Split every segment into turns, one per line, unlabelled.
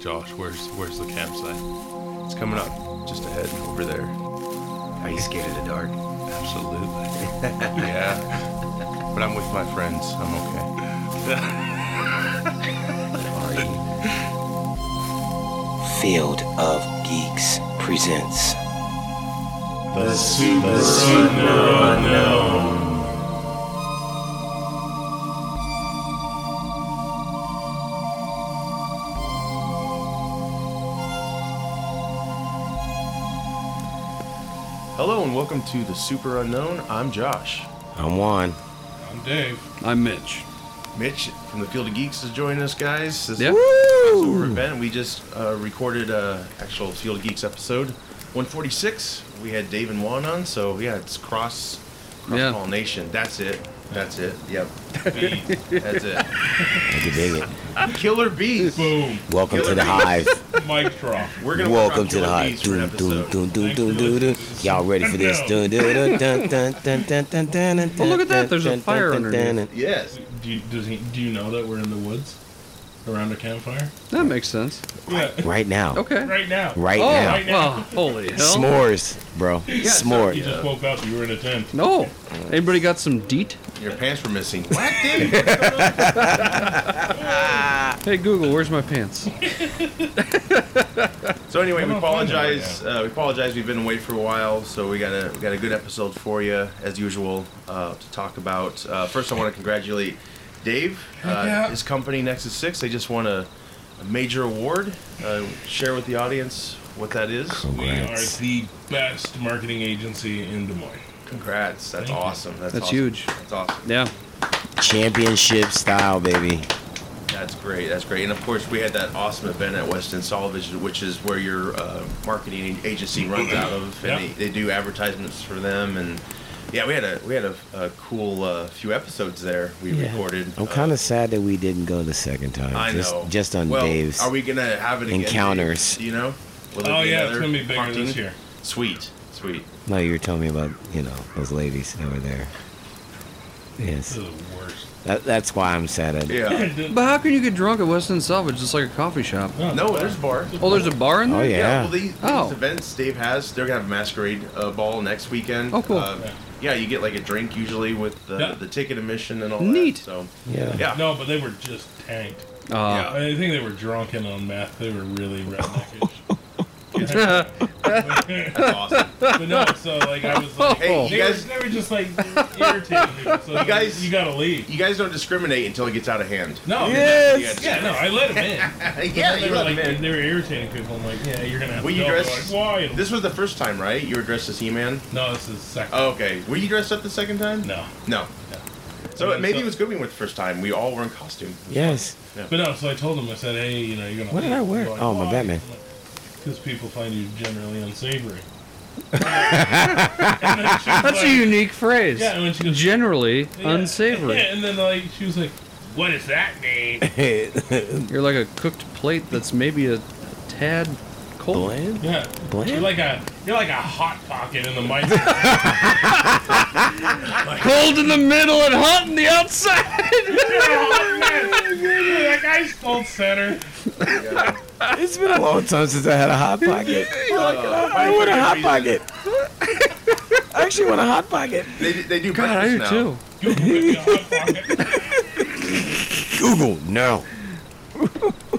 Josh, where's where's the campsite? It's coming up, just ahead over there.
Are you scared of the dark?
Absolutely. yeah. But I'm with my friends. I'm okay.
Are you?
Field of Geeks presents
The super
Hello and welcome to the Super Unknown. I'm Josh.
I'm Juan.
I'm Dave.
I'm Mitch.
Mitch from the Field of Geeks is joining us, guys. This
Yeah.
is our event. We just uh, recorded a actual Field of Geeks episode 146. We had Dave and Juan on, so yeah, it's cross cross
Yeah.
pollination. That's it. That's it. Yep. That's it.
I can dig it.
Killer bees.
Boom.
Welcome to the hive.
Mic drop.
We're gonna work on
Welcome to the
killer
hive.
bees for an
Dun, dun,
episode.
dun, dun, dun, dun, dun. Y'all ready for this? Dun, dun, dun, dun, dun, dun, dun, dun, dun,
Oh, look at that. There's a
dun,
fire
dun, dun,
underneath.
dun.
Yes.
Do you, does he, do you know that we're in the woods? Around a campfire?
That makes sense.
Yeah.
Right now.
Okay.
Right now.
Right
oh,
now.
Right now.
well, holy hell.
S'mores, bro.
so
You
S'more.
just woke up. You were in a tent.
No. Anybody got some DEET?
Your pants were missing. What?
Hey, Google, where's my pants?
So anyway, we
I'm not finding it right
apologize. Uh, we apologize. We've been away for a while, so we got a we got a good episode for you as usual uh, to talk about. Uh, first, I want to congratulate Dave, uh,
yeah.
his company Nexus Six. They just won a, a major award. Uh, share with the audience what that is.
We are
Congrats.
the best marketing agency in Des Moines.
Congrats! That's
Thank you.
awesome. That's,
That's
awesome.
huge.
That's awesome.
Yeah.
Championship style, baby.
That's great. That's great. And of course, we had that awesome event at Weston Salvage, which is where your uh, marketing agency runs out of, and
Yeah.
they, they do advertisements for them. And yeah, we had a we had a, a cool uh, few episodes there we recorded.
I'm
Uh,
kind of sad that we didn't go the second time.
I
just,
know.
Just on
well,
Dave's.
Are we gonna have it again, Dave?
encounters.
Do you know? Will there
Oh, yeah. It's
another
going to be bigger
haunting?
this year.
Sweet, sweet.
No, you were telling me about you know those ladies that were there.
This
Yes,
is the worst.
that, that's why I'm sad. At it.
Yeah.
But how can you get drunk at Weston Salvage? It's like a coffee shop.
no, there's a bar.
Oh, there's a bar in
Oh
there?
yeah.
Well, these, these
Oh.
events Dave has, they're gonna have a masquerade uh, ball next weekend.
Oh, cool.
Um, yeah, you get like a drink usually with the,
Yeah.
the ticket admission and all
Neat.
that. So
yeah.
yeah,
No, but they were just tanked.
Uh,
I think they were drunk and on meth. They were really redneckish.
that's awesome.
But no, so like I was like,
Hey,
they,
you guys-
were, they were just like irritating. me. So you
guys-
you gotta leave.
You guys don't discriminate until it gets out of hand.
No,
Yes.
yeah, no, I let him in.
yeah,
they
you
were
let
like,
them in.
they were irritating people. I'm like, yeah, you're gonna have
Were
to
you
go. They're
dressed-
Like, Why?
This was the first time, right? You were dressed as He-Man.
no, this is second.
Oh, okay. Were you dressed up the second time?
No,
No.
No.
So uh,
Okay,
maybe
so-
it was good we went the first time. We all were in costume.
Yes.
but no. So I told him, I said, hey, you know, you're gonna.
What did I wear? Oh, my Batman.
Because people find you generally unsavory.
that's a unique phrase.
Yeah, and when she goes,
Generally
yeah.
unsavory.
Yeah, and then like she was like, what does that mean?
You're like a cooked plate that's maybe a tad cold.
Bland.
Yeah.
Bland?
You're like a you're like a hot pocket in the microwave.
Cold in the middle and hot in the outside.
"Oh, that guy's cold center.
It's been a long time since I had a hot pocket. I want a hot pocket. I actually want a hot pocket.
They, they do
God, I do
breakfast now.
too.
You can put me a hot pocket.
Google no.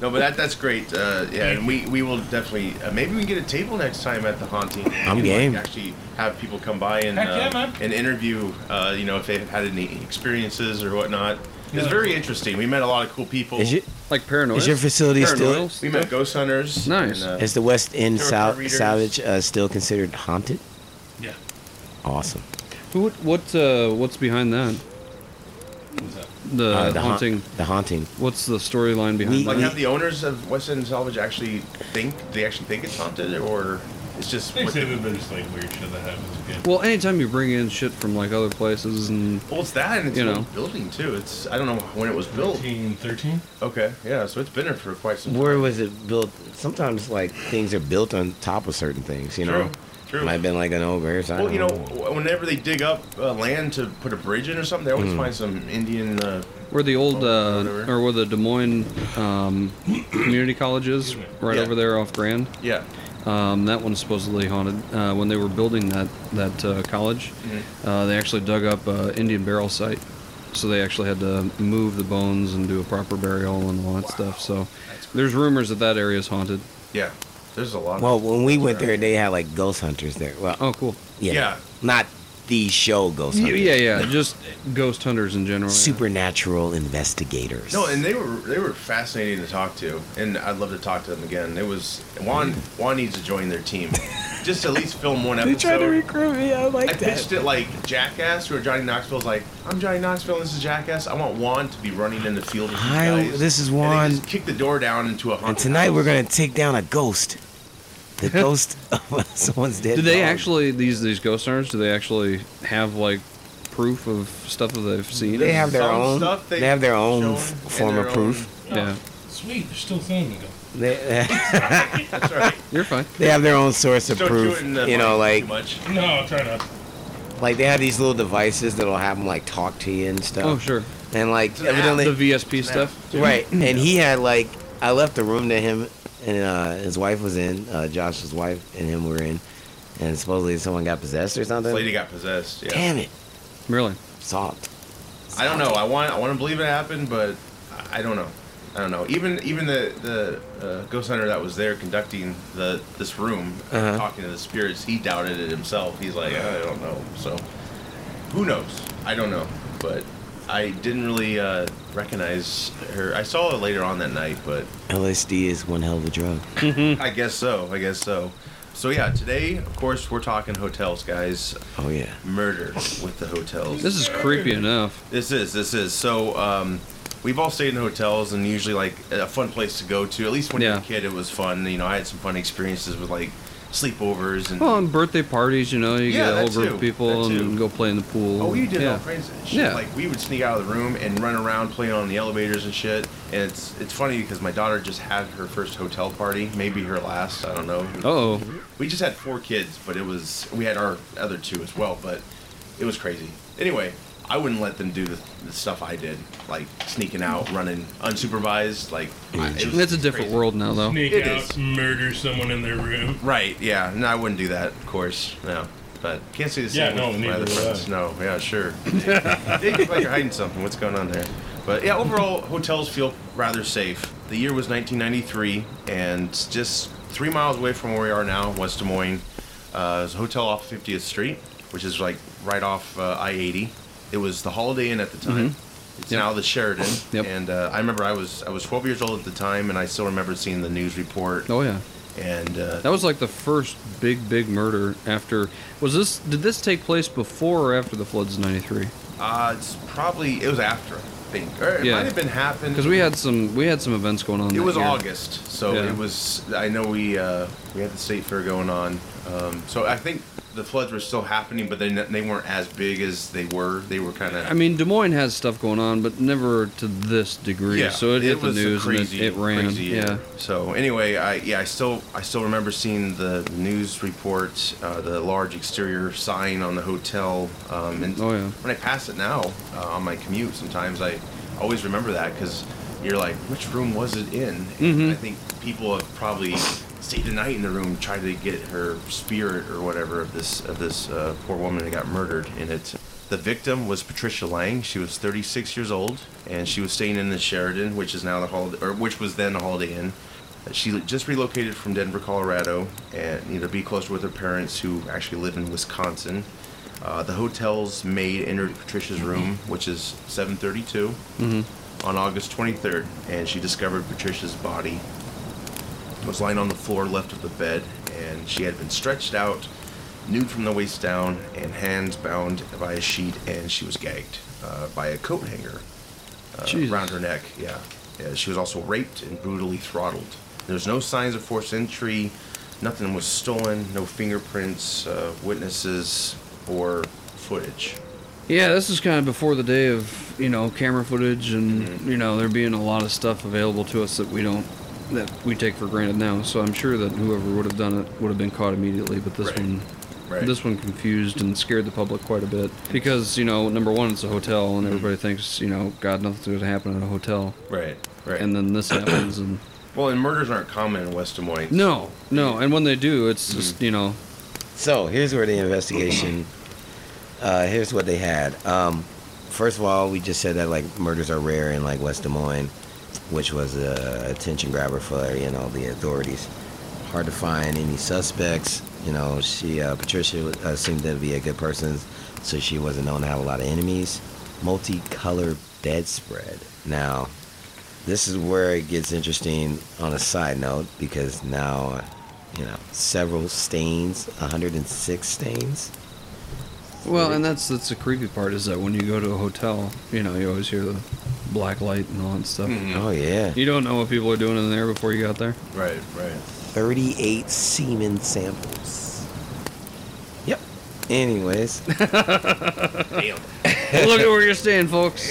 No, but that that's great. Uh, yeah, and we, we will definitely uh, maybe we can get a table next time at the haunting.
I'm
and,
game.
Like, actually, have people come by and
Heck yeah,
uh,
man.
and interview. Uh, you know, if they've had any experiences or whatnot. It's
Yeah.
very interesting. We met a lot of cool people.
Is your
Like paranoid.
is your facility still?
Paranoid.
we met ghost hunters.
Nice.
and, uh,
Is the West End
Territory
sal-
readers.
salvage uh, still considered haunted?
Yeah.
Awesome.
Who? What? Uh, what's behind that?
What's that?
The,
Uh, the haunt-
haunting.
the haunting.
what's the storyline behind
We-
that?
like, have the owners of West End Salvage actually think they actually think it's haunted, or it's just
They
what
say
the-
that there's like weird shit that happens again.
well, anytime you bring in shit from like other places and
well, it's that, and it's
You
an
know.
old building too. It's I don't know when it was built.
1913?
Okay, yeah, so it's been there for quite some. time.
Where was it built? Sometimes like things are built on top of certain things, you know.
True. True.
Might have been like an ogre. So I
Well, you know,
don't
w- whenever they dig up uh, land to put a bridge in or something, they always
Hmm.
find some Indian. Uh,
Where the old,
Oh,
uh,
whatever.
or where the Des Moines um, community college is, right
Yeah.
over there off Grand.
yeah.
Um, that one's supposedly haunted. Uh, when they were building that that uh, college, uh, they actually dug up uh, Indian burial site, so they actually had to move the bones and do a proper burial and all that stuff. So there's rumors that that area is haunted.
Yeah. There's a lot.
Well,
of
when we went there, they had like ghost hunters there. Well,
Oh, cool.
yeah,
yeah.
not the show ghost
Yeah,
hunters.
yeah, yeah. Just ghost hunters in general. yeah.
Supernatural investigators.
No, and they were they were fascinating to talk to, and I'd love to talk to them again. It was Juan. Juan needs to join their team, just to at least film one episode.
they tried to recruit me. I
I
like
pitched
that.
it like Jackass, where Johnny Knoxville's like, "I'm Johnny Knoxville, and this is Jackass. I want Juan to be running in the field with you
Hi,
guys."
this is
And they
Juan.
just kick the door down into a haunted
And tonight we're
house.
gonna take down a ghost. The ghost of someone's dead.
Do they
dog.
actually these these ghost hunters? Do they actually have like proof of stuff that they've seen?
They have their
Some
own.
stuff
They,
they
have their own
shown
f-
and
form
their
of proof.
Yeah,
Sweet, you're still filming it.
They,
That's right.
you're fine.
they have their own source of
Don't do
proof.
it in the
you know,
mic
like
too much.
No, I'll try not.
like they have these little devices that'll have them like talk to you and stuff.
Oh sure,
And like
an app.
evidently,
the VSP stuff.
Right, and he had like I left the room that him and uh, his wife was in. Uh, Josh's wife and him were in, and supposedly someone got possessed or something.
This lady got possessed. Yeah.
Damn it,
Really?
salt.
I don't know. I want I want to believe it happened, but I- I don't know. I don't know. Even even the the uh, ghost hunter that was there conducting the this room,
Uh-huh.
talking to the spirits, he doubted it himself. He's like, I don't know. So who knows? I don't know. But I didn't really uh, recognize her. I saw her later on that night, but
LSD is one hell of a drug. Hmm.
I guess so. I guess so. So yeah, today of course we're talking hotels, guys.
Oh yeah,
Murder with the hotels.
This is creepy enough.
This is this is so. Um, we've all stayed in hotels and usually like a fun place to go to. At least when you were a
Yeah.
kid, it was fun. You know, I had some fun experiences with like sleepovers and.
Well, on birthday parties, you know, you
Yeah,
get a whole
that
group
too.
of people
That too.
and go play in the pool.
Oh, we did
yeah.
all kinds of shit.
Yeah.
Like we would sneak out of the room and run around playing on the elevators and shit. And it's it's funny because my daughter just had her first hotel party, maybe her last. I don't know.
Oh,
We just had four kids, but it was we had our other two as well, but it was crazy. Anyway, I wouldn't let them do the, the stuff I did, like sneaking out, running unsupervised, like I- it was
that's a different
crazy.
world now, though.
Sneak
It
out,
is.
murder someone in their room.
Right? Yeah. No, I wouldn't do that. Of course, no. But can't see the
Yeah,
same
no,
with my
neither
other
would
friends.
I.
No. Yeah, sure. they look like you're hiding something. What's going on there? But yeah, overall, hotels feel rather safe. The year was 1993, and just three miles away from where we are now, West Des Moines, uh, is a hotel off 50th Street, which is like right off uh, I-80. It was the Holiday Inn at the time. It's
Mm-hmm. Yep.
now the Sheridan.
Yep.
And uh, I remember I was I was 12 years old at the time, and I still remember seeing the news report.
Oh yeah,
And uh,
that was like the first big, big murder after. Was this? Did this take place before or after the floods of '93?
uh, it's probably it was after I think, or it
Yeah.
might have been happened
Because we had some, we had some events going on.
It
that
was
year.
August, so
Yeah.
it was. I know we uh, we had the state fair going on, um, so I think the floods were still happening, but they they weren't as big as they were. They were kind of.
I mean, Des Moines has stuff going on, but never to this degree. so it, hit the
was a
news and it, it ran.
crazy year.
yeah.
So anyway, I yeah, I still I still remember seeing the news report, uh, the large exterior sign on the hotel, um, and
Oh, yeah.
when I pass it now uh, on my commute, sometimes I always remember that because you're like, which room was it in? And I think people have probably stayed the night in the room, tried to get her spirit or whatever of this of this uh, poor woman that got murdered in it. The victim was Patricia Lang. She was 36 years old, and she was staying in the Sheridan, which is now the Holiday, or which was then the Holiday Inn. She just relocated from Denver, Colorado, and you know, to be closer with her parents, who actually live in Wisconsin. Uh, the hotel's maid entered Patricia's room, which is 7:32, on August 23rd, and she discovered Patricia's body was lying on the floor left of the bed, and she had been stretched out, nude from the waist down, and hands bound by a sheet, and she was gagged uh, by a coat hanger uh,
Jesus.
around her neck. Yeah. yeah, she was also raped and brutally throttled. There's no signs of forced entry. Nothing was stolen. No fingerprints, uh, witnesses, or footage.
Yeah, this is kind of before the day of you know camera footage and
Mm-hmm.
you know there being a lot of stuff available to us that we don't that we take for granted now. So I'm sure that whoever would have done it would have been caught immediately. But this
Right.
one
Right.
This one confused and scared the public quite a bit because you know number one it's a hotel
Mm-hmm.
and everybody thinks you know God nothing's going to happen at a hotel,
Right. Right.
and then this happens and
well, and murders aren't common in West Des Moines.
no no and when they do it's
Mm.
just you know
So here's where the investigation. Uh, here's what they had. Um, first of all, we just said that like murders are rare in like West Des Moines, which was a attention grabber for you know the authorities. Hard to find any suspects. You know, she uh, Patricia uh, seemed to be a good person, so she wasn't known to have a lot of enemies. Multicolored bedspread. Now, this is where it gets interesting on a side note because now, you know, several stains, 106 stains.
well and that's that's the creepy part is that when you go to a hotel you know you always hear the black light and all that stuff.
Oh, yeah.
You don't know what people are doing in there before you got there.
Right. Right.
38 semen samples. Yep. Anyways,
Damn.
Look at where you're staying, folks.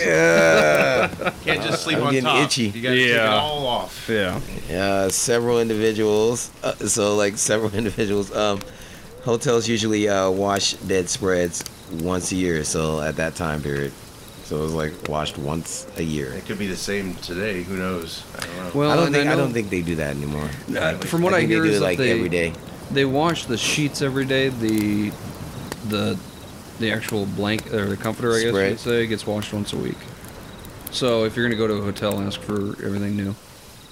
Can't just sleep
I'm
on
getting
top.
itchy.
You gotta take it
Yeah.
all off.
Yeah.
uh, several individuals, uh, so like several individuals, um, hotels usually uh, wash bedspreads once a year, so at that time period. So it was like washed once a year.
It could be the same today. Who knows? I don't know.
Well,
I don't
and
think I,
know-
don't think they do that anymore.
Uh, from what I,
think
hear
they do
is
it
that
like
they
every day.
they wash the sheets every day. The the the actual blank or the comforter, I guess you
Spread.
could say, gets washed once a week. So if you're gonna go to a hotel, ask for everything new.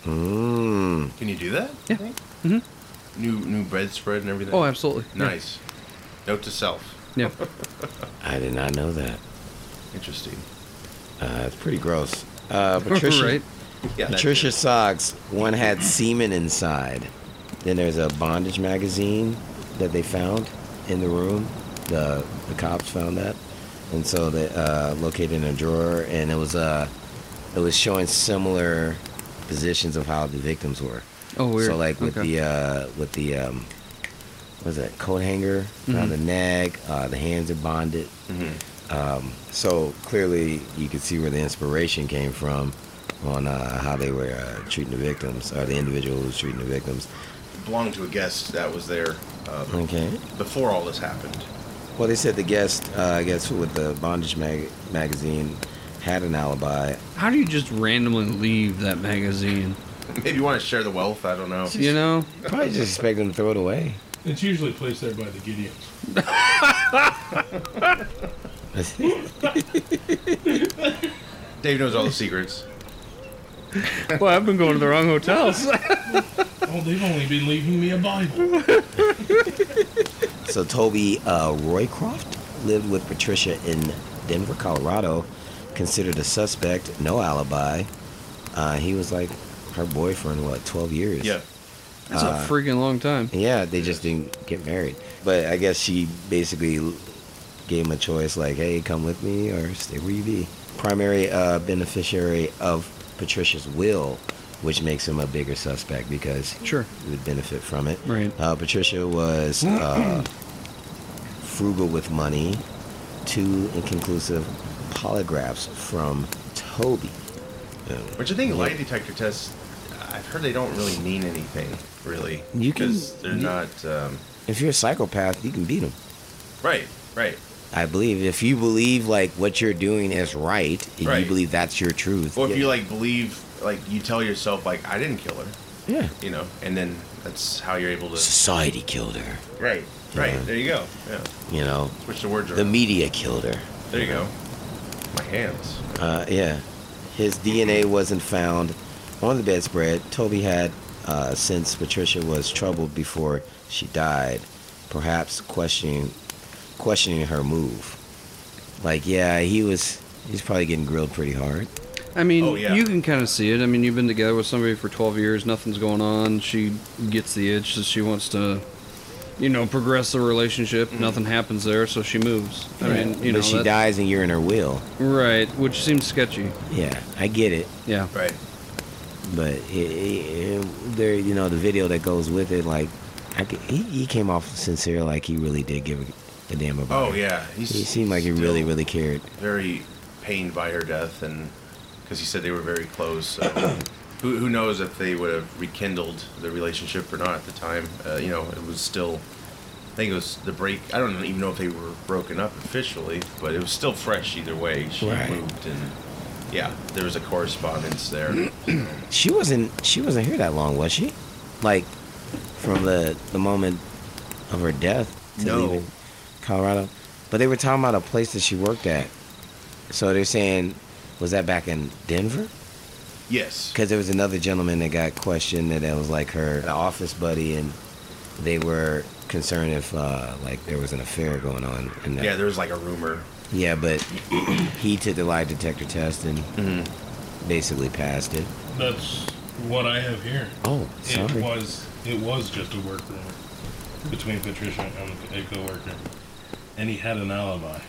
Mm.
Can you do that?
Yeah.
Mm-hmm.
New new bedspread and everything.
Oh, absolutely. Yeah.
Nice. Note to self.
Yeah.
I did not know that.
Interesting.
Uh, it's pretty gross. Uh, Patricia,
right.
Yeah. that's
Patricia
it.
socks. One had semen inside. Then there's a bondage magazine that they found in the room. The the cops found that, and so they uh, located in a drawer, and it was uh, it was showing similar positions of how the victims were.
Oh, weird.
So like with
Okay.
the uh, with the um, what is that coat hanger around the neck, uh, the hands are bonded. Um, so clearly you can see where the inspiration came from on uh, how they were uh, treating the victims or the individual who was treating the victims.
belonged to a guest that was there uh,
Okay.
before all this happened.
Well, they said the guest, uh, I guess, with the bondage mag- magazine had an alibi.
How do you just randomly leave that magazine?
Maybe you want to share the wealth. I don't know.
You know,
Probably just expect them to throw it away.
It's usually placed there by the Gideons.
Dave knows all the secrets.
well, I've been going to the wrong hotels.
Oh, they've only been leaving me a Bible.
So Toby uh, Roycroft lived with Patricia in Denver, Colorado, considered a suspect, no alibi. Uh, he was like her boyfriend, what, 12 years?
Yeah.
That's
Uh,
a freaking long time.
Yeah, they just didn't get married. But I guess she basically l- gave him a choice like, hey, come with me or stay where you be. Primary uh, beneficiary of Patricia's will, which makes him a bigger suspect because
Sure.
he would benefit from it.
Right.
Uh, Patricia was uh, frugal with money. Two inconclusive polygraphs from Toby. Uh,
Which I think
yeah.
lie detector tests, I've heard they don't really mean anything, really.
You can-
'Cause They're
you-
not. Um,
If you're a psychopath, you can beat him.
right, right.
I believe if you believe like what you're doing is right, and you
Right.
believe that's your truth.
Or if
yeah.
you, like, believe, like, you tell yourself, like, I didn't kill her,
yeah,
you know, and then that's how you're able to.
society killed her.
Right, right.
Yeah.
There you go. Yeah.
You know,
Switch the words
the
around.
media killed her.
There you go. My hands.
Uh, yeah, his DNA wasn't found on the bedspread. Toby had, uh, since Patricia was troubled before she died, perhaps questioning, questioning her move. Like, yeah, he was. He's probably getting grilled pretty hard.
I mean,
Oh, yeah.
you can kind of see it. I mean, you've been together with somebody for 12 years, nothing's going on. She gets the itch, so she wants to, you know, progress the relationship. Nothing happens there, so she moves. I mean, you
but
know,
she
that-
dies and you're in her will.
right, which seems sketchy.
Yeah, I get it.
Yeah,
Right.
but it, it, it, there, you know, the video that goes with it, like, I could, he, he came off sincere, like he really did give a, a damn about.
Oh,
her.
yeah. He's
he seemed like he really,
still
really cared.
Very pained by her death, and because he said they were very close. So. Who, who knows if they would have rekindled the relationship or not at the time? Uh, you know, it was still think it was the break. I don't even know if they were broken up officially, but it was still fresh either way. She
Right.
moved, and yeah, there was a correspondence there.
She wasn't. She wasn't here that long, was she? Like, from the the moment of her death to
No.
leaving Colorado. But they were talking about a place that she worked at. So they're saying, was that back in Denver?
yes.
Because there was another gentleman that got questioned that that was like her office buddy, and they were concerned if uh, like there was an affair going on. In that.
Yeah, there was like a rumor.
Yeah, but he took the lie detector test and
Mm-hmm.
basically passed it.
That's what I have here.
Oh,
It
sorry.
was it was just a work rumor between Patricia and a coworker, and he had an alibi.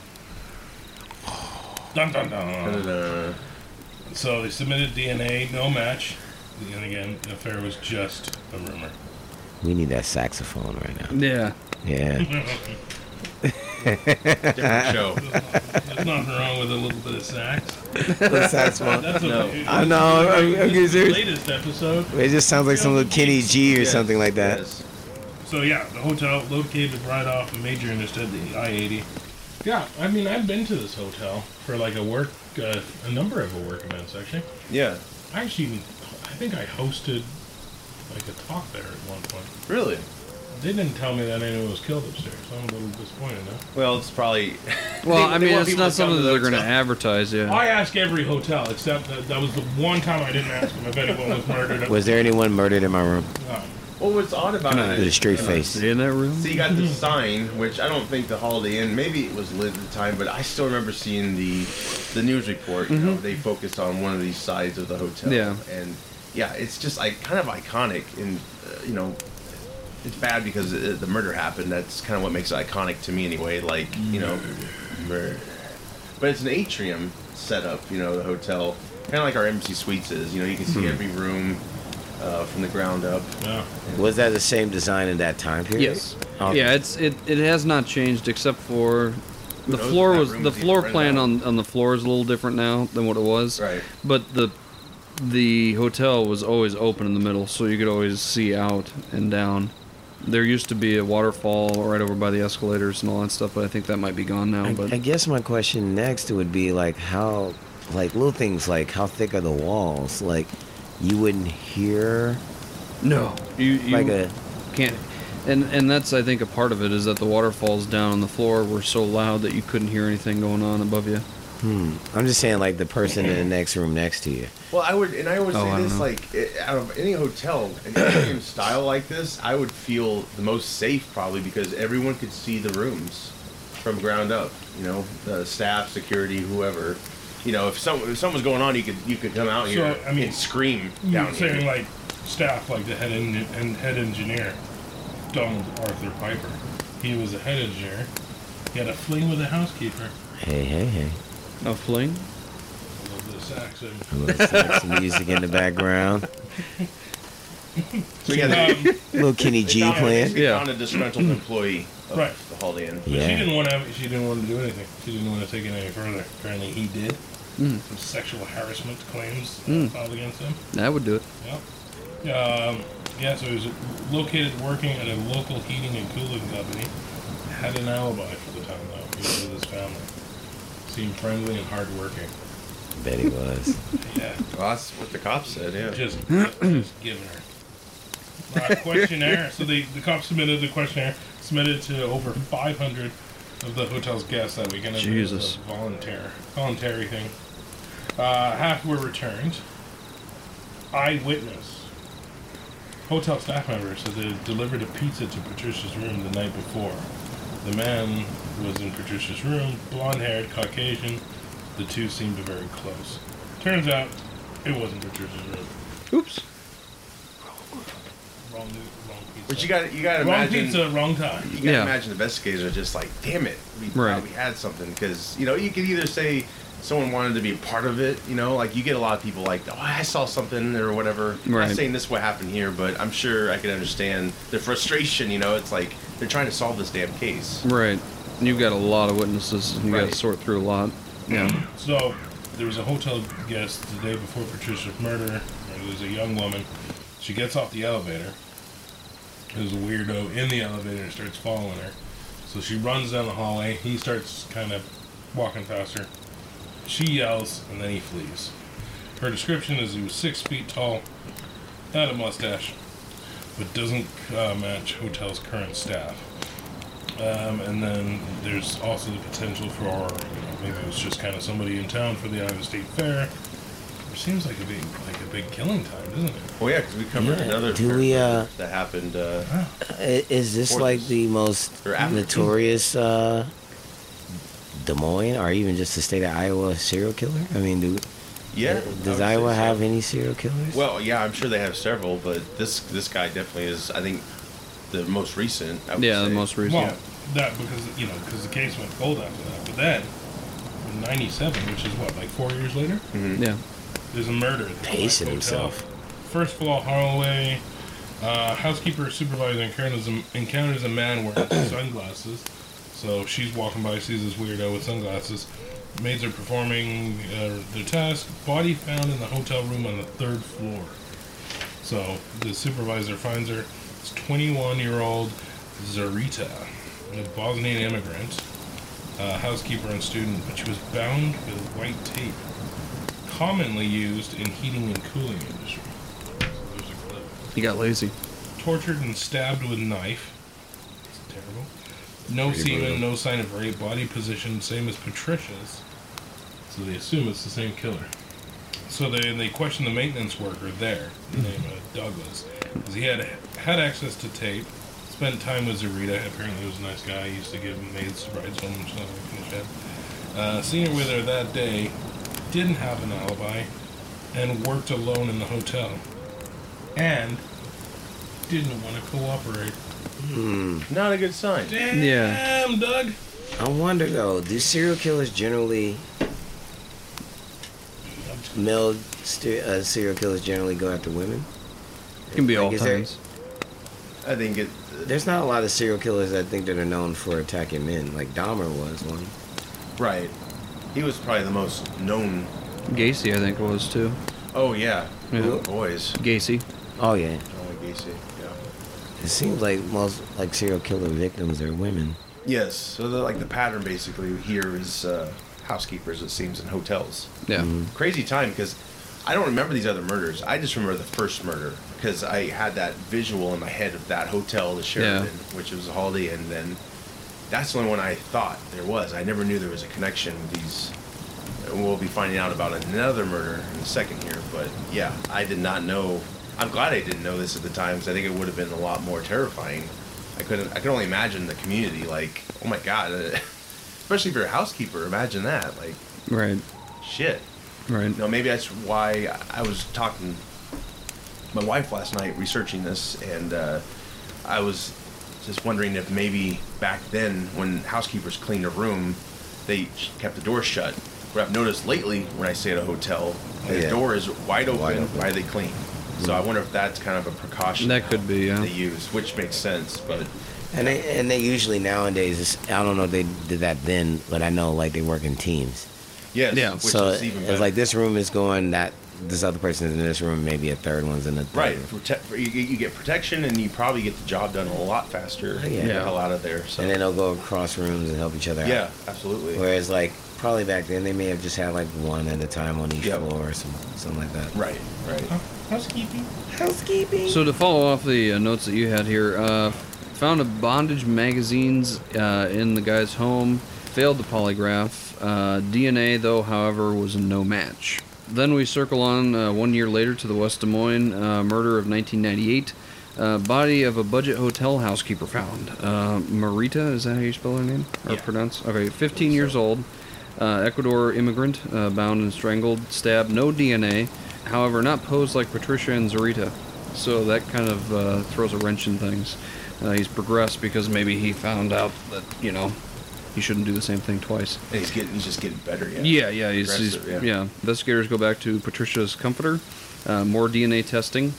Dun, dun,
Uh-huh.
dun.
Uh,
So they submitted DNA, no match, and again, the affair was just a rumor.
We need that saxophone right now.
Yeah.
Yeah.
different show.
There's nothing wrong with a little bit of sax.
the saxophone.
That's
No.
what
I know. I'm, I'm getting
the
serious.
latest episode.
It just sounds like some little Kenny G or
Yes,
something like that.
yes.
So yeah, the hotel located right off of Major Interstate I eighty. Yeah, I mean I've been to this hotel for like a work, uh, a number of work events actually.
Yeah.
I actually, even, I think I hosted like a talk there at one point.
Really?
They didn't tell me that anyone was killed upstairs. I'm a little disappointed now.
Well, it's probably.
Well,
They-
I
they
mean,
want
it's
people to come
not something
to
that they're
the
going to
hotel.
ask, yeah.
I ask every hotel except that that was the one time I didn't ask them if anyone was murdered.
Was there anyone murdered in my room?
No.
Well, what's odd about it?
With a
is-
straight face.
Stay in that room?
So you got the sign, which I don't think the Holiday Inn. Maybe it was lit at the time, but I still remember seeing the the news report. You know, they focused on one of these sides of the hotel.
Yeah.
And yeah, it's just like kind of iconic, and uh, you know, it's bad because it, the murder happened. That's kind of what makes it iconic to me, anyway. Like you know, murder. But it's an atrium setup. You know, the hotel, kind of like our embassy suites is. You know, you can see every room uh, from the ground up.
Yeah.
Was that the same design in that time period?
Yes.
Okay.
Yeah, it's it, it has not changed except for the
knows if
floor
that
was
room
the
is even
floor
rented
plan
out?
on, on the floor is a little different now than what it was.
Right.
But the the hotel was always open in the middle, so you could always see out and down. There used to be a waterfall right over by the escalators and all that stuff, but I think that might be gone now.
I,
But
I guess my question next would be like how, like little things like how thick are the walls? Like you wouldn't hear
no, you, you
like a
can't. And and that's I think a part of it is that the waterfalls down on the floor were so loud that you couldn't hear anything going on above you.
Hmm. I'm just saying, like the person in the next room next to you.
Well, I would, and I would
Oh, I
say
don't
this:
know.
like, i- out of any hotel, an atrium style like this, I would feel the most safe probably because everyone could see the rooms from ground up. You know, the staff, security, whoever. You know, if some if something was going on, you could you could come out
So,
here
I mean,
and scream
You're
down here.
saying like staff, like the head en- and head engineer, Donald Arthur Piper. He was a head engineer. He had a fling with a housekeeper.
Hey, hey, hey!
A fling?
A little bit of sax and
A little sex music in the background.
so yeah, they,
Um,
Little Kenny
they
G
found,
playing.
They
Yeah.
found a disgruntled employee of
Mm-hmm. Right.
the Holiday Inn.
But she
Yeah.
didn't want to. She didn't want to do anything. She didn't want to take it any further. Apparently, he did. Some sexual harassment claims uh,
Mm.
filed against him.
That would do it.
Yep. Um, yeah. So he was located working at a local heating and cooling company. Had an alibi for the time though. He was with his family. Seemed friendly and hardworking.
Bet he was.
Yeah.
Well, that's what the cops said. Yeah.
Just, just giving her. Uh, questionnaire. So the, the cops submitted the questionnaire, submitted to over 500 of the hotel's guests that weekend. It was a
Jesus.
Volunteer, voluntary thing. Uh, half were returned. Eyewitness. Hotel staff member said they delivered a pizza to Patricia's room the night before. The man was in Patricia's room, blonde haired, Caucasian. The two seemed very close. Turns out it wasn't Patricia's room.
Oops.
Wrong, wrong pizza.
But you got you got to
wrong
imagine.
pizza, wrong time.
You gotta
Yeah.
imagine investigators are just like, damn it, we
Right.
probably had something because you know you could either say someone wanted to be a part of it, you know, like you get a lot of people like, oh, I saw something or whatever. I'm
Right.
not saying this what happened here, but I'm sure I can understand the frustration. You know, it's like they're trying to solve this damn case.
Right. And you've got a lot of witnesses and you got
Right.
to sort through a lot. Yeah.
So there was a hotel guest the day before Patricia's murder. There was a young woman. She gets off the elevator. There's a weirdo in the elevator and starts following her. So she runs down the hallway. He starts kind of walking faster. She yells, and then he flees. Her description is he was six feet tall, had a mustache, but doesn't uh, match hotel's current staff. Um, and then there's also the potential for you know, maybe it was just kind of somebody in town for the Iowa State Fair. It seems like a big like a big killing time, doesn't it?
Well, yeah, because we covered
Yeah.
another
Do
fair
we,
weather
uh,
that happened. Uh,
I- Is this
Or-
like the most
or African.
notorious uh, Des Moines, or even just the state of Iowa serial killer? I mean, do,
yeah, I would
does
say
Iowa
so.
have any serial killers?
Well, yeah, I'm sure they have several, but this this guy definitely is. I think the most recent. I would
Yeah, the
say.
most recent.
Well, that because you know because the case went cold after that. But then in '97, which is what like four years later,
yeah.
there's a murder. at the
Pacing
Black Hotel.
himself.
First floor hallway. Uh, housekeeper supervisor encounters a, encounters a man wearing sunglasses. So she's walking by, sees this weirdo with sunglasses. Maids are performing uh, their task. Body found in the hotel room on the third floor. So the supervisor finds her. It's 21 year old Zarita, a Bosnian immigrant, uh, housekeeper and student, but she was bound with white tape, commonly used in heating and cooling industry. So there's a clip
He got lazy.
tortured and stabbed with knife. It's terrible. No semen, no sign of rape, body position same as Patricia's. So they assume it's the same killer. So they they question the maintenance worker there, the name of Douglas, because he had had access to tape, spent time with Zarita. Apparently, he was a nice guy. He used to give maids rides home and stuff like that. Uh, seen her with her that day, didn't have an alibi, and worked alone in the hotel. And didn't want to cooperate.
Hmm.
Not a good sign.
Damn,
Yeah.
Doug.
I wonder though, do serial killers generally male ster- uh, serial killers generally go after women?
It can be
Like,
all
is there-
times.
I think it.
There's not a lot of serial killers I think that are known for attacking men. Like Dahmer was one.
Right. He was probably the most known.
Gacy, I think, was too.
Oh yeah.
Yeah.
Little boys.
Gacy.
Oh yeah.
John Wayne Gacy. Yeah.
It seems like most like serial killer victims are women.
Yes. So the, like the pattern basically here is uh, housekeepers. It seems in hotels.
Yeah.
crazy time because I don't remember these other murders. I just remember the first murder because I had that visual in my head of that hotel, the Sheridan, which was a Holiday Inn. Then that's the only one I thought there was. I never knew there was a connection with these. And we'll be finding out about another murder in a second here, but yeah, I did not know. I'm glad I didn't know this at the time because I think it would have been a lot more terrifying. I couldn't. I could only imagine the community like, oh my god, especially if you're a housekeeper. Imagine that, like,
Right.
shit.
Right.
No, maybe that's why I was talking to my wife last night researching this, and uh, I was just wondering if maybe back then when housekeepers cleaned a room, they sh- kept the door shut. What I've noticed lately when I stay at a hotel, the
Yeah.
door is wide open,
Wide open.
while they clean. So I wonder if that's kind of a precaution
That could be, yeah.
they use, which makes sense. But
And they and they usually nowadays is- I don't know if they did that then, but I know like they work in teams.
yes,
Yeah.
which
so
is even
it's
better.
like this room is going that this other person is in this room, maybe a third one's in the third
Right,
room.
prote- you, get- you get protection, and you probably get the job done a lot faster. and get
Yeah.
the hell out of there. So
And then they'll go across rooms and help each other
Yeah, absolutely.
out. Whereas like probably back then they may have just had like one at a time on each
Yeah.
floor or some, something like that.
Right, right.
Housekeeping.
So to follow off the uh, notes that you had here, uh, found a bondage magazines uh, in the guy's home. Failed the polygraph. Uh, DNA, though, however, was a no match. Then we circle on uh, one year later to the West Des Moines uh, murder of 1998. Uh, body of a budget hotel housekeeper found. Uh, Marita, is that how you spell her name or
Yeah.
pronounce? Okay, 15 years old, uh, Ecuador immigrant, uh, bound and strangled, stabbed, no DNA. However, not posed like Patricia and Zarita, so that kind of uh, throws a wrench in things. Uh, he's progressed because maybe he found out that you know he shouldn't do the same thing twice.
And he's getting, he's just getting better. Yeah.
Yeah, yeah, he's, he's yeah.
Aggressive,
Investigators go back to Patricia's comforter, uh, more DNA testing.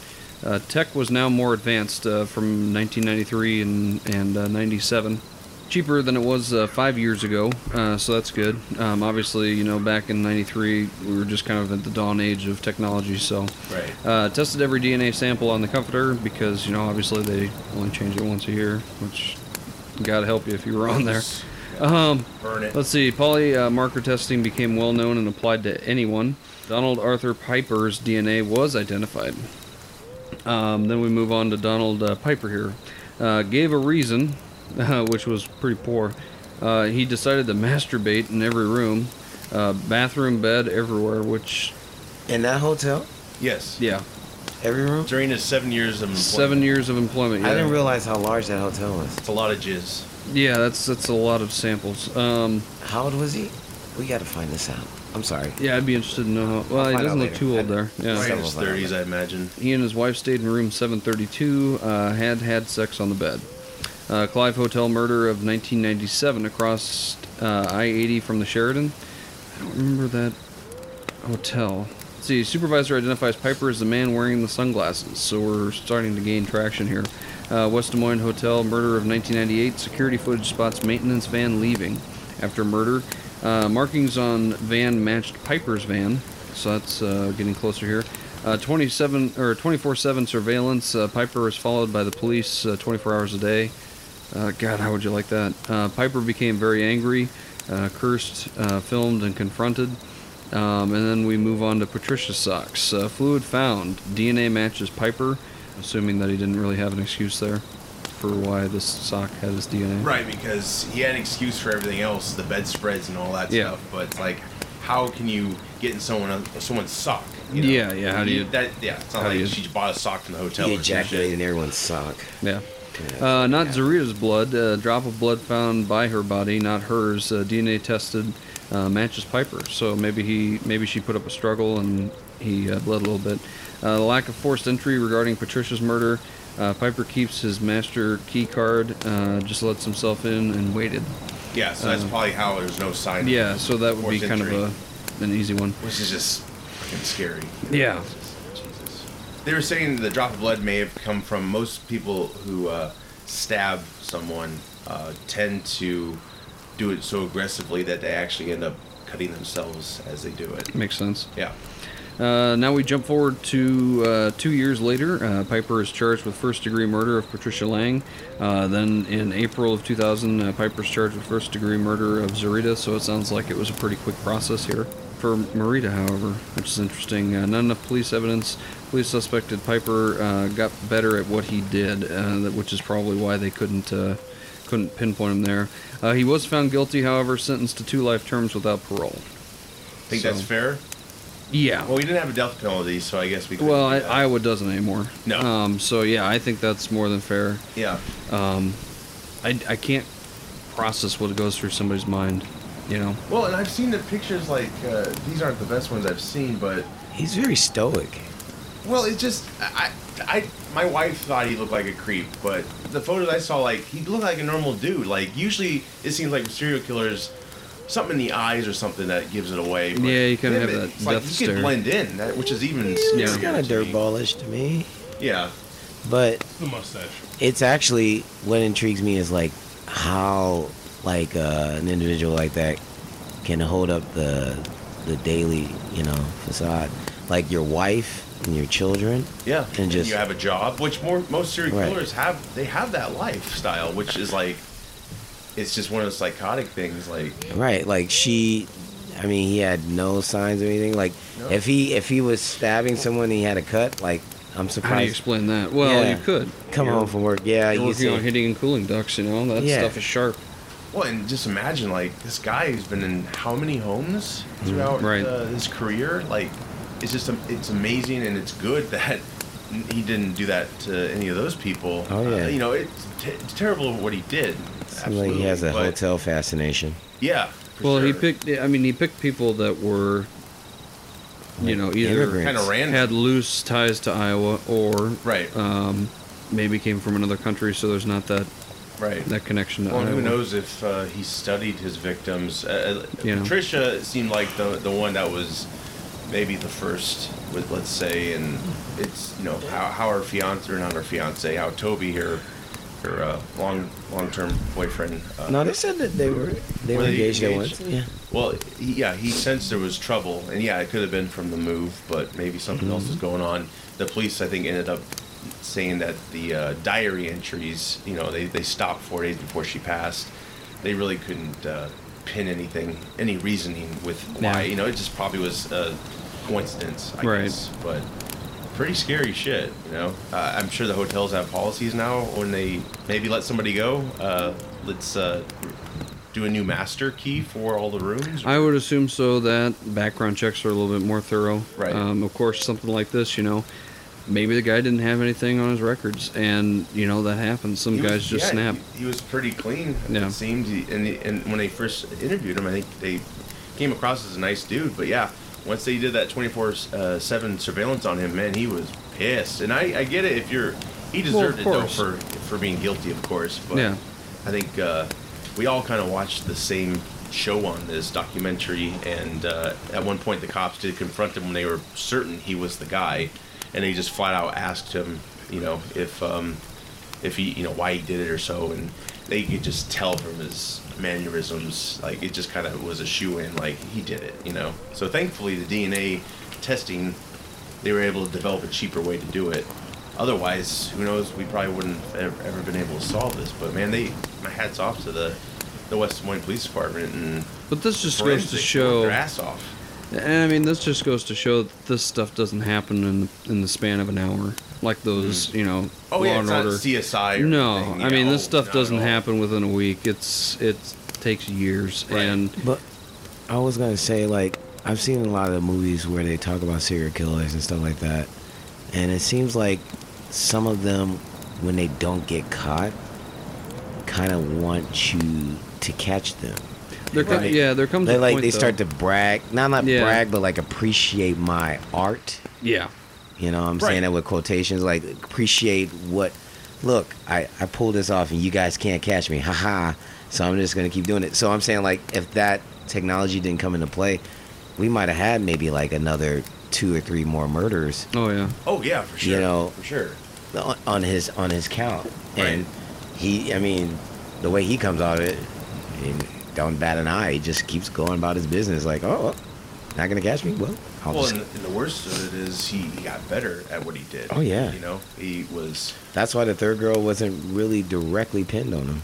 Uh, tech was now more advanced uh, from 1993 and and uh, 97. cheaper than it was uh, five years ago, uh, so that's good. Um, obviously, you know, back in '93, we were just kind of at the dawn age of technology, so
Right.
uh, tested every DNA sample on the comforter because you know obviously they only change it once a year, which gotta help you if you were on there. Um,
Burn it.
Let's see. Poly uh, marker testing became well known and applied to anyone. Donald Arthur Piper's DNA was identified. Um, then we move on to Donald uh, Piper here. Uh, gave a reason, uh, which was pretty poor. Uh, he decided to masturbate in every room, uh, bathroom, bed, everywhere, which,
In that hotel,
Yes.
yeah,
every room.
During his seven years of employment,
seven years of employment. Yeah.
I didn't realize how large that hotel was.
It's a lot of jizz.
yeah, that's that's a lot of samples. Um,
How old was he? We got to find this out. I'm sorry.
yeah, I'd be interested to know. How, well,
I'll
he
find
doesn't
out
look
later.
too old
I-
there. Yeah.
Right in
Several
his
of them.
thirties, I imagine.
He and his wife stayed in room 732, uh, had had sex on the bed. Uh, Clive Hotel murder of 1997 across uh, I 80 from the Sheridan. I don't remember that hotel. Let's see, supervisor identifies Piper as the man wearing the sunglasses, so we're starting to gain traction here. Uh, West Des Moines Hotel murder of 1998. Security footage spots maintenance van leaving after murder. Uh, markings on van matched Piper's van, so that's uh, getting closer here. Uh, 27 or 24/7 surveillance. Uh, Piper was followed by the police uh, 24 hours a day. Uh, God, how would you like that? Uh, Piper became very angry, uh, cursed, uh, filmed, and confronted. Um, and then we move on to Patricia Socks. Uh, fluid found. DNA matches Piper, assuming that he didn't really have an excuse there for why this sock had his DNA.
Right, because he had an excuse for everything else, the bedspreads and all that
Yeah.
stuff. But it's like, how can you get in someone el- someone's sock? You
Yeah, yeah, how do you-
That yeah, it's
how
not
do
like
you-
she bought a sock from the hotel.
He
or some
ejaculated in
shit.
everyone's sock.
Yeah.
Yeah.
Uh, not Zarita's blood. A drop of blood found by her body, not hers. Uh, DNA tested uh, matches Piper. So maybe he, maybe she put up a struggle and he uh, bled a little bit. Uh, the lack of forced entry regarding Patricia's murder. Uh, Piper keeps his master key card, uh, just lets himself in and waited.
Yeah, so that's probably how there's no sign. of
Uh-huh. Yeah, so that would be
forced
kind of
entry,
a, an easy one.
which is just fucking scary.
Yeah.
Jesus. They were saying the drop of blood may have come from most people who uh, stab someone uh, tend to do it so aggressively that they actually end up cutting themselves as they do it.
Makes sense.
Yeah.
Uh, now we jump forward to uh, two years later. Uh, Piper is charged with first degree murder of Patricia Lang. Uh, then in April of 2000, uh, Piper's charged with first degree murder of Zarita, so it sounds like it was a pretty quick process here. For Marita, however, which is interesting, uh, not enough police evidence. Police suspected Piper uh, got better at what he did, uh, that- which is probably why they couldn't. Uh, couldn't pinpoint him there. Uh, he was found guilty, however, sentenced to two life terms without parole.
Think
So-
that's fair?
Yeah.
Well, we didn't have a death penalty, so I guess we. couldn't
Well,
do
I,
that.
Iowa doesn't anymore.
No.
Um, so yeah, I think that's more than fair.
yeah,
Um, I, I can't process what goes through somebody's mind, you know.
well, and I've seen the pictures. Like uh, these aren't the best ones I've seen, but
He's very stoic.
well, it's just I, I, my wife thought he looked like a creep, but the photos I saw, like he looked like a normal dude. Like usually, it seems like serial killers, something in the eyes or something that gives it away. but
Yeah, you kinda
him,
have that
it's Like
death
you
stare.
can blend in, that, which is even.
Yeah.
He's
scarier
kind of
to me.
dirtballish to me,
Yeah,
but
It's the mustache.
it's actually what intrigues me is like how like uh, an individual like that can hold up the the daily you know facade like your wife and your children
yeah.
And just-
you have a job, which more most serial
Right.
killers have. They have that lifestyle, which is like, it's just one of those psychotic things. Like,
right like she i mean he had no signs or anything like
No.
if he if he was stabbing someone and he had a cut like i'm
How do you
surprised
explain that? Well,
Yeah.
you could.
come
You're-
home from work yeah
You're
you
working on
see
hitting and cooling ducks, you know. That
Yeah.
stuff is sharp.
Well, and just imagine like this guy who's been in how many homes
Mm-hmm.
throughout
Right.
uh, his career. Like, it's just am- it's amazing and it's good that he didn't do that to any of those people.
Oh, yeah.
Uh, you know, it's, t- it's terrible what he did.
Seems like he has a
but-
hotel fascination
Yeah. for
Well, he
sure.
picked. I mean, he picked people that were, you know, either
Immigrant.
kind of random.
had loose ties to Iowa or
right.
um, maybe came from another country, so there's not that
right.
that connection to
Well,
Iowa.
who knows if uh, he studied his victims? Uh, uh,
Yeah.
Patricia seemed like the the one that was maybe the first, with let's say, and it's you know how how her fiance or not her fiance, how Toby here her uh, long long term boyfriend. Uh,
No, they said that they were they were,
Were they
engaged,
engaged?
at once. Yeah.
Well, he, yeah, he sensed there was trouble, and yeah, it could have been from the move, but maybe something else
Mm-hmm.
is going on. The police, I think, ended up saying that the uh, diary entries, you know, they, they stopped four days before she passed. They really couldn't uh, pin anything, any reasoning with why.
Yeah.
You know, it just probably was a coincidence, I
Right.
guess. But pretty scary shit, you know. Uh, I'm sure the hotels have policies now when they maybe let somebody go. Uh, let's. Uh, do a new master key for all the rooms.
I would assume so that background checks are a little bit more thorough.
Right.
Um, of course, something like this, you know, maybe the guy didn't have anything on his records, and you know that happens. Some
He
guys
was-
just
yeah,
snap.
He, he was pretty clean.
Yeah.
It seemed, He- and he- and when they first interviewed him, I think they came across as a nice dude. But yeah, once they did that twenty four seven surveillance on him, man, he was pissed. And I, I get it if you're, he
Well, of
deserved it
course.
though for for being guilty, of course. But
Yeah.
I think uh, we all kind of watched the same show on this documentary, and uh, at one point the cops did confront him when they were certain he was the guy, and they just flat out asked him, you know, if um, if he, you know, why he did it or so, and they could just tell from his mannerisms, like it just kind of was a shoe in, like he did it, you know. So thankfully, the DNA testing, they were able to develop a cheaper way to do it. Otherwise, who knows? We probably wouldn't have ever, ever been able to solve this. But man, they, my hats off to the, the West Des Moines Police Department and
But this just goes
forensics
to
worked
show.
their ass off.
And I mean, this just goes to show that this stuff doesn't happen in the, in the span of an hour, like those, you know,
Oh
law
yeah,
and
it's not
order.
CSI. Or
no,
anything,
I
yeah,
mean, this
oh,
stuff
not at
doesn't
all.
happen within a week. It's it takes years,
Right.
and
But I was gonna say like I've seen a lot of movies where they talk about serial killers and stuff like that, and it seems like some of them, when they don't get caught, kind of want you to catch them.
there, co-
Right.
yeah, there comes
They
a
like
point,
they
though-
start to brag, not not
Yeah.
brag, but like appreciate my art.
yeah,
You know, what I'm
Right.
saying that with quotations, like appreciate what. Look, I I pulled this off, and you guys can't catch me, haha. So I'm just gonna keep doing it. So I'm saying like, if that technology didn't come into play, we might have had maybe like another two or three more murders
oh yeah,
Oh yeah, for
You
sure.
know,
for sure.
on, on his on his count. And
Right.
he, I mean, the way he comes out of it, I mean, don't bat an eye. He just keeps going about his business. Like, oh, not gonna catch me. Well, I'll
Well,
just.
and, and the worst of it is he, he got better at what he did.
Oh, yeah.
You know, he was
That's why the third girl wasn't really directly pinned on him.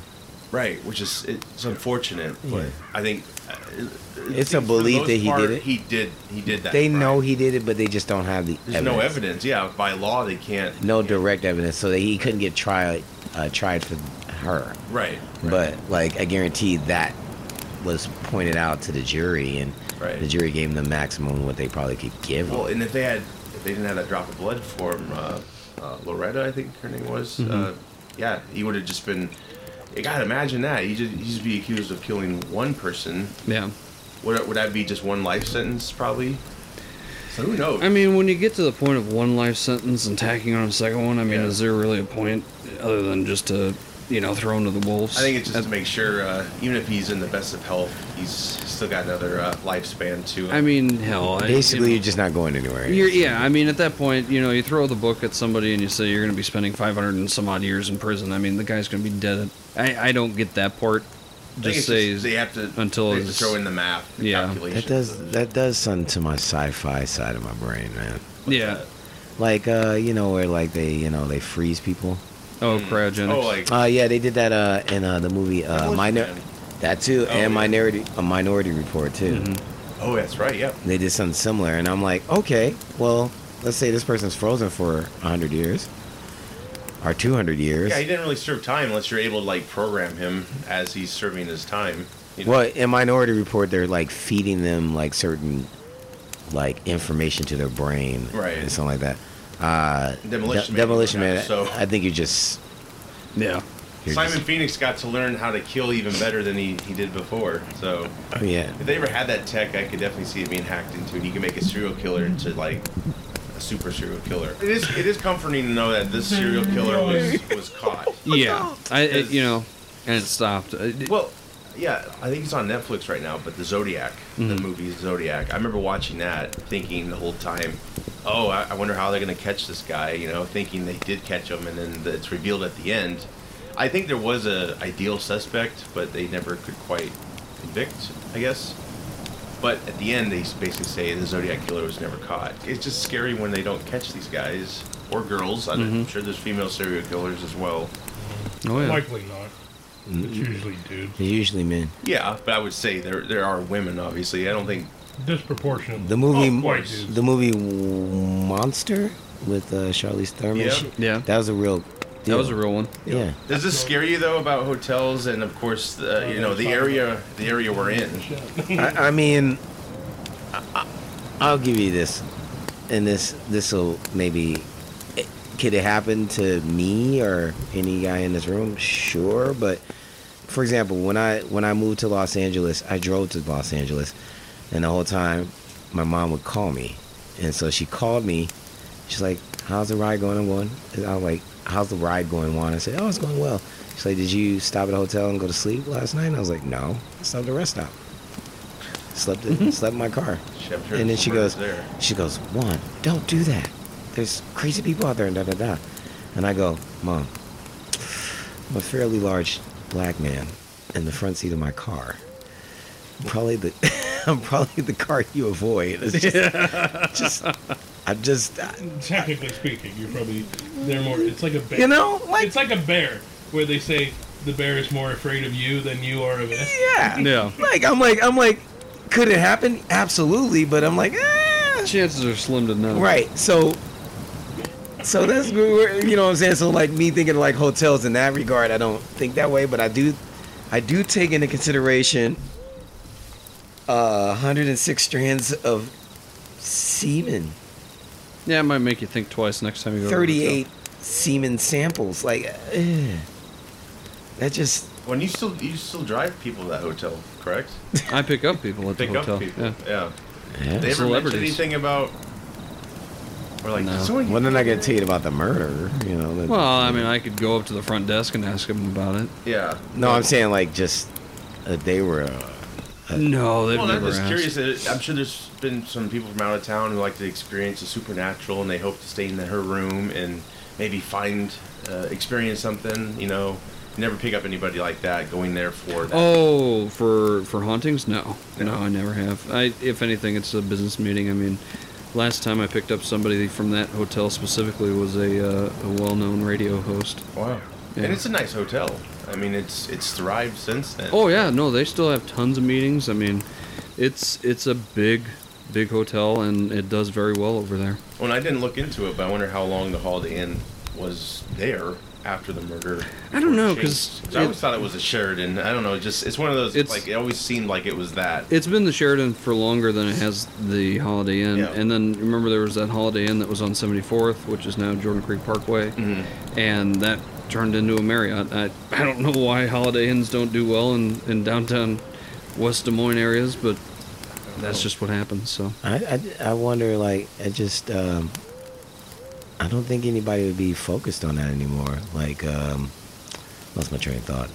right, which is it's unfortunate,
Yeah.
but I think uh, it- it
It's a
seems for the
belief
most
that he did
part
it.
He did. He did that.
They
crime.
know he did it, but they just don't have the
There's no evidence. Yeah, by law they can't.
No direct evidence, so that he couldn't get tried uh, tried for her.
Right.
But like, I guarantee that was pointed out to the jury, and
Right.
the jury gave him the maximum what they probably could give him.
Well, and if they had, if they didn't have that drop of blood from uh, uh, Loretta, I think her name was.
Mm-hmm.
Uh, yeah, he would have just been. You gotta imagine that. He just he'd just be accused of killing one person.
yeah.
Would would that be just one life sentence probably? So who knows?
I mean, when you get to the point of one life sentence and tacking on a second one, I mean,
Yeah.
is there really a point other than just to, you know, throw him to the wolves?
I think it's just
At-
to make sure, uh, even if he's in the best of health, he's still got another uh, lifespan to.
I mean, hell. I-
Basically, you're just not going anywhere.
You're,
e-
yeah, I mean, at that point, you know, you throw the book at somebody and you say you're going to be spending 500 and some odd years in prison. I mean, the guy's going to be dead. At, I, I don't get that part.
I think
Just
it's
say,
they have to
until
they have to
it's-
throw in the math. The
Yeah.
calculation.
That does that does something to my sci-fi side of my brain, man.
yeah.
Like, uh, you know, where like they, you know, they freeze people.
Oh, cryogenics.
Oh, like
Uh, yeah, they did that uh, in uh, the movie uh,
Demolition
Minor,
Man.
that too,
Oh,
and
yeah.
Minority, a Minority Report too.
oh, that's right. Yep.
They did something similar, and I'm like, okay, well, let's say this person's frozen for hundred years or two hundred years.
Yeah, he didn't really serve time unless you're able to like program him as he's serving his time. You know?
well, in Minority Report, they're like feeding them like certain like information to their brain,
Right.
and something like that. Uh,
Demolition
De-
Man.
Demolition Man.
So-
I think you're just
yeah.
you're
Simon
just-
Phoenix got to learn how to kill even better than he, he did before. So
yeah.
if they ever had that tech, I could definitely see it being hacked into, and you can make a serial killer into like a super serial killer. It is it is comforting to know that this serial killer was was caught.
Yeah. I, it,
Because-
you know, and it stopped. It-
Well, yeah, I think it's on Netflix right now. But the Zodiac, the movie Zodiac, I remember watching that, thinking the whole time, "Oh, I, I wonder how they're gonna catch this guy." You know, thinking they did catch him, and then it's revealed at the end. I think there was a ideal suspect, but they never could quite convict. I guess. But at the end, they basically say the Zodiac killer was never caught. It's just scary when they don't catch these guys or girls. I'm
Mhm.
sure there's female serial killers as well.
Oh yeah.
Likely not. It's usually dudes.
They're usually men.
Yeah, but I would say there there are women. Obviously, I don't think
Disproportionately.
The movie,
Oh, boy, dude.
the movie Monster with uh, Charlize Theron. and
Yeah.
shit,
yeah.
That was a real.
That
deal.
was a real one.
Yeah.
Does this scare you though about hotels and of course the, you know the area the area we're in?
I, I mean, I, I'll give you this, and this this will maybe. it- Could it happen to me or any guy in this room? Sure, but for example, when I when I moved to Los Angeles, I drove to Los Angeles, and the whole time, my mom would call me, and so she called me. She's like, "How's the ride going?" I'm going. And I'm like, "How's the ride going?" Juan, I said, "Oh, it's going well." She's like, "Did you stop at a hotel and go to sleep last night?" And I was like, "No, I stopped at a rest stop." Slept in, slept in my car.
Shit, I'm sure
And then
there's
she
murders
goes, she goes, Juan, don't do that. There's crazy people out there and da da da. And I go, Mom, I'm a fairly large black man in the front seat of my car. Probably the I'm probably the car you avoid. It's just, just I'm just
Technically speaking, you're probably they're more. It's like a bear.
you know, like
it's like a bear where they say the bear is more afraid of you than you are of it.
yeah.
Yeah.
Like I'm like I'm like could it happen? Absolutely, but I'm like, ah,
Chances are slim to none.
Right. So so that's you know what I'm saying. So like me thinking like hotels in that regard, I don't think that way, but I do I do take into consideration uh 106 strands of semen,
Yeah, it might make you think twice next time you go. to a hotel.
38 semen samples. Like eh. that just
When you still you still drive people to that hotel, correct?
I pick up people at
Pick
the hotel.
up people.
Yeah.
Yeah. They ever mention
Celebrities.
anything about? Or like,
No.
did someone
well, then I get to you about the murder, you know.
Well, I mean, I could go up to the front desk and ask them about it.
yeah.
no, I'm saying like just uh, they were. Uh,
No, they've
Well, I'm
never
just
asked.
curious. that- I'm sure there's been some people from out of town who like to experience the supernatural, and they hope to stay in her room and maybe find, uh, experience something. You know, never pick up anybody like that going there for that.
Oh, for for hauntings? No, no, I never have. I, if anything, it's a business meeting. I mean, last time I picked up somebody from that hotel specifically was a uh, a well-known radio host.
Wow.
Yeah.
And it's a nice hotel. I mean, it's it's thrived since then.
Oh yeah, no, they still have tons of meetings. I mean, it's it's a big big hotel and it does very well over there.
When I didn't look into it, but I wonder how long the Holiday Inn was there after the murder.
I don't know,
Changed.
'cause
I
it-
always thought it was a Sheridan. I don't know. Just it's one of those.
It's-
like it always seemed like it was that.
It's been the Sheridan for longer than it has the Holiday Inn.
Yeah.
And then remember there was that Holiday Inn that was on 74th, which is now Jordan Creek Parkway,
Mm-hmm.
and that turned into a Marriott. I, I don't know why Holiday Inns don't do well in, in downtown West Des Moines areas, but that's just what happens. So
I, I, I wonder like I just um, I don't think anybody would be focused on that anymore. Like um, lost my train of thought,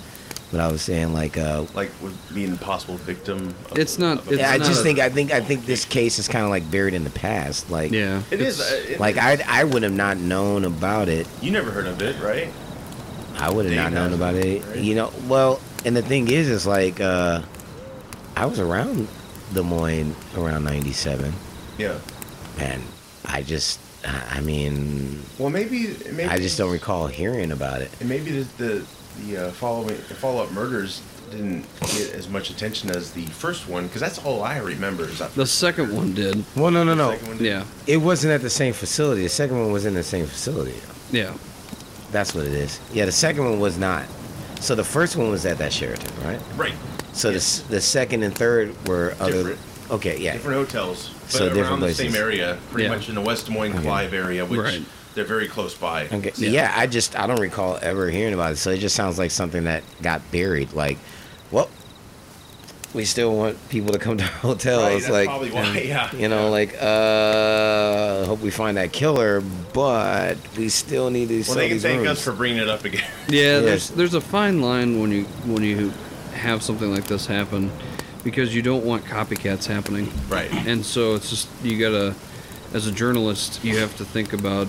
but I was saying like uh,
like would be an impossible victim. Of,
It's not-
of a-
it's
I just
a-
think I think I think this case is kind of like buried in the past. Like
yeah,
it is. uh, It,
like I I would have not known about it.
you never heard of it, right?
I would have not
Dave
known
has
about
it,
it.
right?
You know, well, and the thing is, is like uh, I was around Des Moines around '97,
Yeah.
and I just I I mean
Well, maybe. maybe
I just don't recall hearing about it.
And maybe the the, the uh, following the follow up murders didn't get as much attention as the first one because that's all I remember. Is that
the second one did.
Well, no, no, no.
second one?
Yeah,
It wasn't at the same facility. The second one was in the same facility.
yeah,
That's what it is. Yeah, the second one was not. So the first one was at that Sheraton, right?
Right.
So the s the second and third were other.
Different.
Okay, yeah.
Different hotels, but
So
around
different
the
places.
same area, pretty
Yeah.
much in the West Des Moines
Okay.
Clive area, which
Right.
they're very close by.
Okay. Yeah, I just I don't recall ever hearing about it. So it just sounds like something that got buried. Like, well, we still want people to come to our hotels.
Right, that's
like,
probably why. yeah.
You know, like, uh, hope we find that killer, but we still need to.
Well,
sell
they can
these
thank us
rooms.
for bringing it up again.
yeah.
Yeah.
There's there's a fine line when you when you have something like this happen, because you don't want copycats happening.
right.
And so it's just you gotta, as a journalist, you have to think about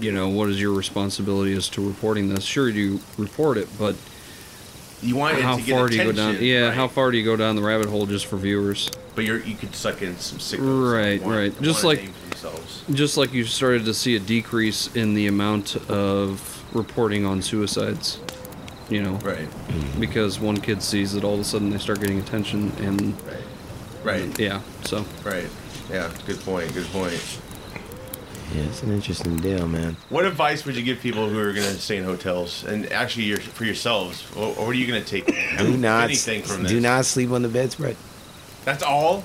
you know, what is your responsibility as to reporting this? Sure, you report it, but
You want it
how
to get
far do you go
attention,
down? Yeah,
right?
how far do you go down the rabbit hole just for viewers?
But you're, you could suck in some signals. They
Right,
want-
right.
they
Just
want a
like-
name for themselves.
Just like you started to see a decrease in the amount of reporting on suicides, you know,
Right,
because one kid sees it, all of a sudden they start getting attention, and
right, right,
yeah, so
right. Yeah, good point. Good point.
Yeah, it's an interesting deal, man.
What advice would you give people who are going to stay in hotels and actually your, for yourselves? What, what are you going to take?
Do not
anything from this.
do not sleep on the bedspread.
That's all.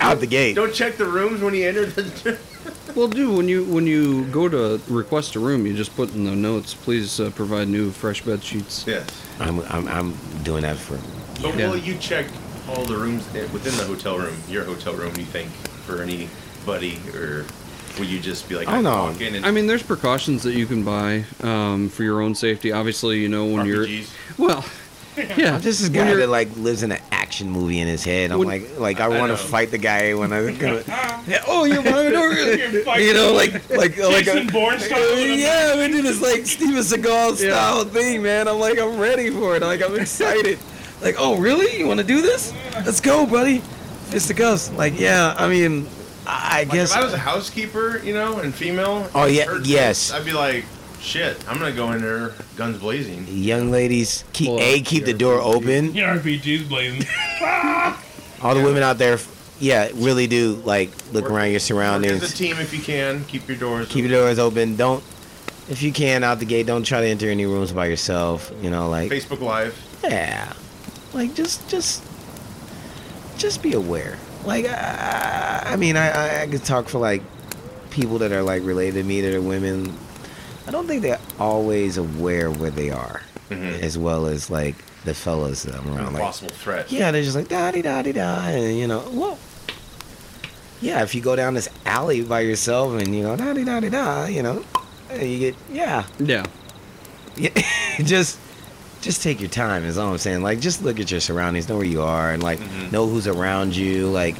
Out the gate.
Don't check the rooms when you enter. The,
Well, dude, when you when you go to request a room, you just put in the notes, please uh, provide new fresh bed sheets.
yes.
I'm, I'm I'm doing that for
But
Yeah.
will you check all the rooms i- within the hotel room, your hotel room? You think for anybody, or will you just be like,
Oh, no.
walk in and
I mean, there's precautions that you can buy um, for your own safety. Obviously, you know when
RPGs?
you're well, yeah.
I'm just this
When
guy
you're-
that like lives in an action movie in his head. I'm
When-
like, like I
I
want
know.
to fight the guy when I yeah, oh, you're behind the door, you know, like like like uh,
Jason Bourne style?
yeah, we do this like Steven Seagal
Yeah.
style thing, man. I'm like, I'm ready for it. Like I'm excited. like, oh, really? You want to do this? Let's go, buddy. Fist the cuffs. Like, yeah. I mean, I, I
Like,
guess.
if I was a housekeeper, you know, and female.
Oh,
and
yeah,
hurt,
yes.
I'd be like, shit, I'm gonna go in there guns blazing.
Young ladies, keep
Well,
a keep the
you're-
door open.
Your RPG's blazing.
All the women out there, yeah, really do like look
Work-
around your
Work
surroundings.
as a team if you can. Keep your doors.
keep your doors open. Don't, if you can, out the gate. Don't try to enter any rooms by yourself. You know, like
Facebook Live.
yeah, like just just just be aware. Like I, I mean, I, I I could talk for like people that are like related to me that are women. I don't think they're always aware where they are,
Mhm.
as well as like the fellas that I'm around. Like
possible threat.
yeah, they're just like da di da di da, and you know, whoa. Yeah, if you go down this alley by yourself and you go da di da di da, you know, and you get yeah,
yeah.
yeah. just just take your time. Is all I'm saying. Like, just look at your surroundings, know where you are, and like
Mhm.
know who's around you. Like,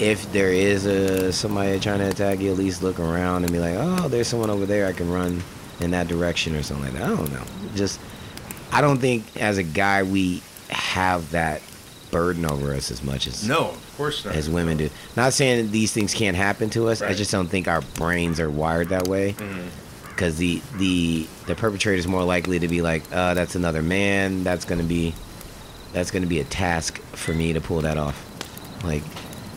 if there is a somebody trying to attack you, at least look around and be like, oh, there's someone over there. I can run in that direction or something like that. I don't know. Just I don't think as a guy we have that burden over us as much as
No, of course not.
as women do. Not saying that these things can't happen to us. I
Right.
just don't think our brains are wired that way.
Mhm.
Because the the the perpetrator is more likely to be like, uh, that's another man. That's gonna be that's gonna be a task for me to pull that off. Like,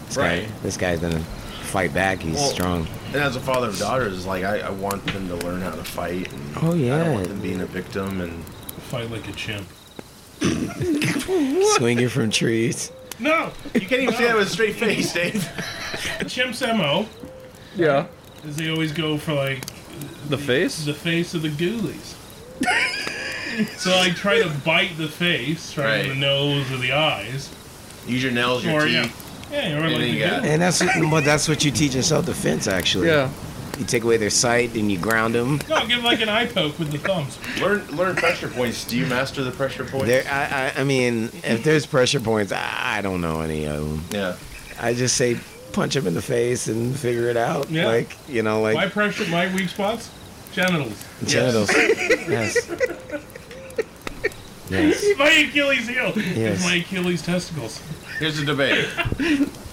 this guy,
Right.
this guy's gonna fight back. He's
Well,
strong.
And as a father of daughters, like I, I want them to learn how to fight. And
Oh,
I
yeah.
don't want them being a victim. And
Fight like a chimp.
Swinging from trees.
No,
you can't even say that with a straight face, Dave.
chimp's mo
Yeah.
is they always go for like
The face?
the face of the ghoulies. so I try to bite the face, right,
Right.
the nose or the eyes,
Use your nails, your
or yeah,
teeth.
yeah, or
And
like
then
the
you got-
ghoulies.
And that's but that's what you teach in self defense. Actually,
Yeah.
You take away their sight and you ground them.
No, give like an eye poke with the thumbs.
Learn learn pressure points. Do you master the pressure points?
There, I, I, I mean, if there's pressure points, I, I don't know any of them.
yeah.
I just say punch him in the face and figure it out.
Yeah.
Like you know, like
My pressure, my weak spots, genitals.
genitals. yes. Yes.
My Achilles heel
Yes.
is my Achilles testicles.
Here's a debate: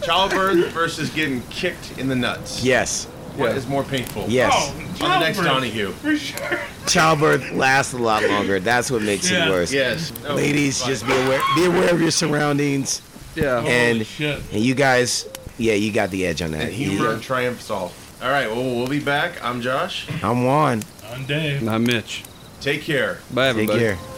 childbirth versus getting kicked in the nuts.
Yes.
What
Yeah.
is more painful?
Yes.
Oh,
On the next
childbirth,
Donahue.
For sure.
Childbirth lasts a lot longer. That's what makes
Yeah.
it worse.
Yes. No,
Ladies,
fine.
just be aware. Be aware of your surroundings.
Yeah.
Holy
And-
shit.
And you guys, yeah, you got the edge on that.
and humor
You-
triumphs all. All right. Well, we'll be back. I'm Josh.
I'm Juan.
I'm Dave.
I'm Mitch.
Take care.
Bye,
Take
everybody.
care.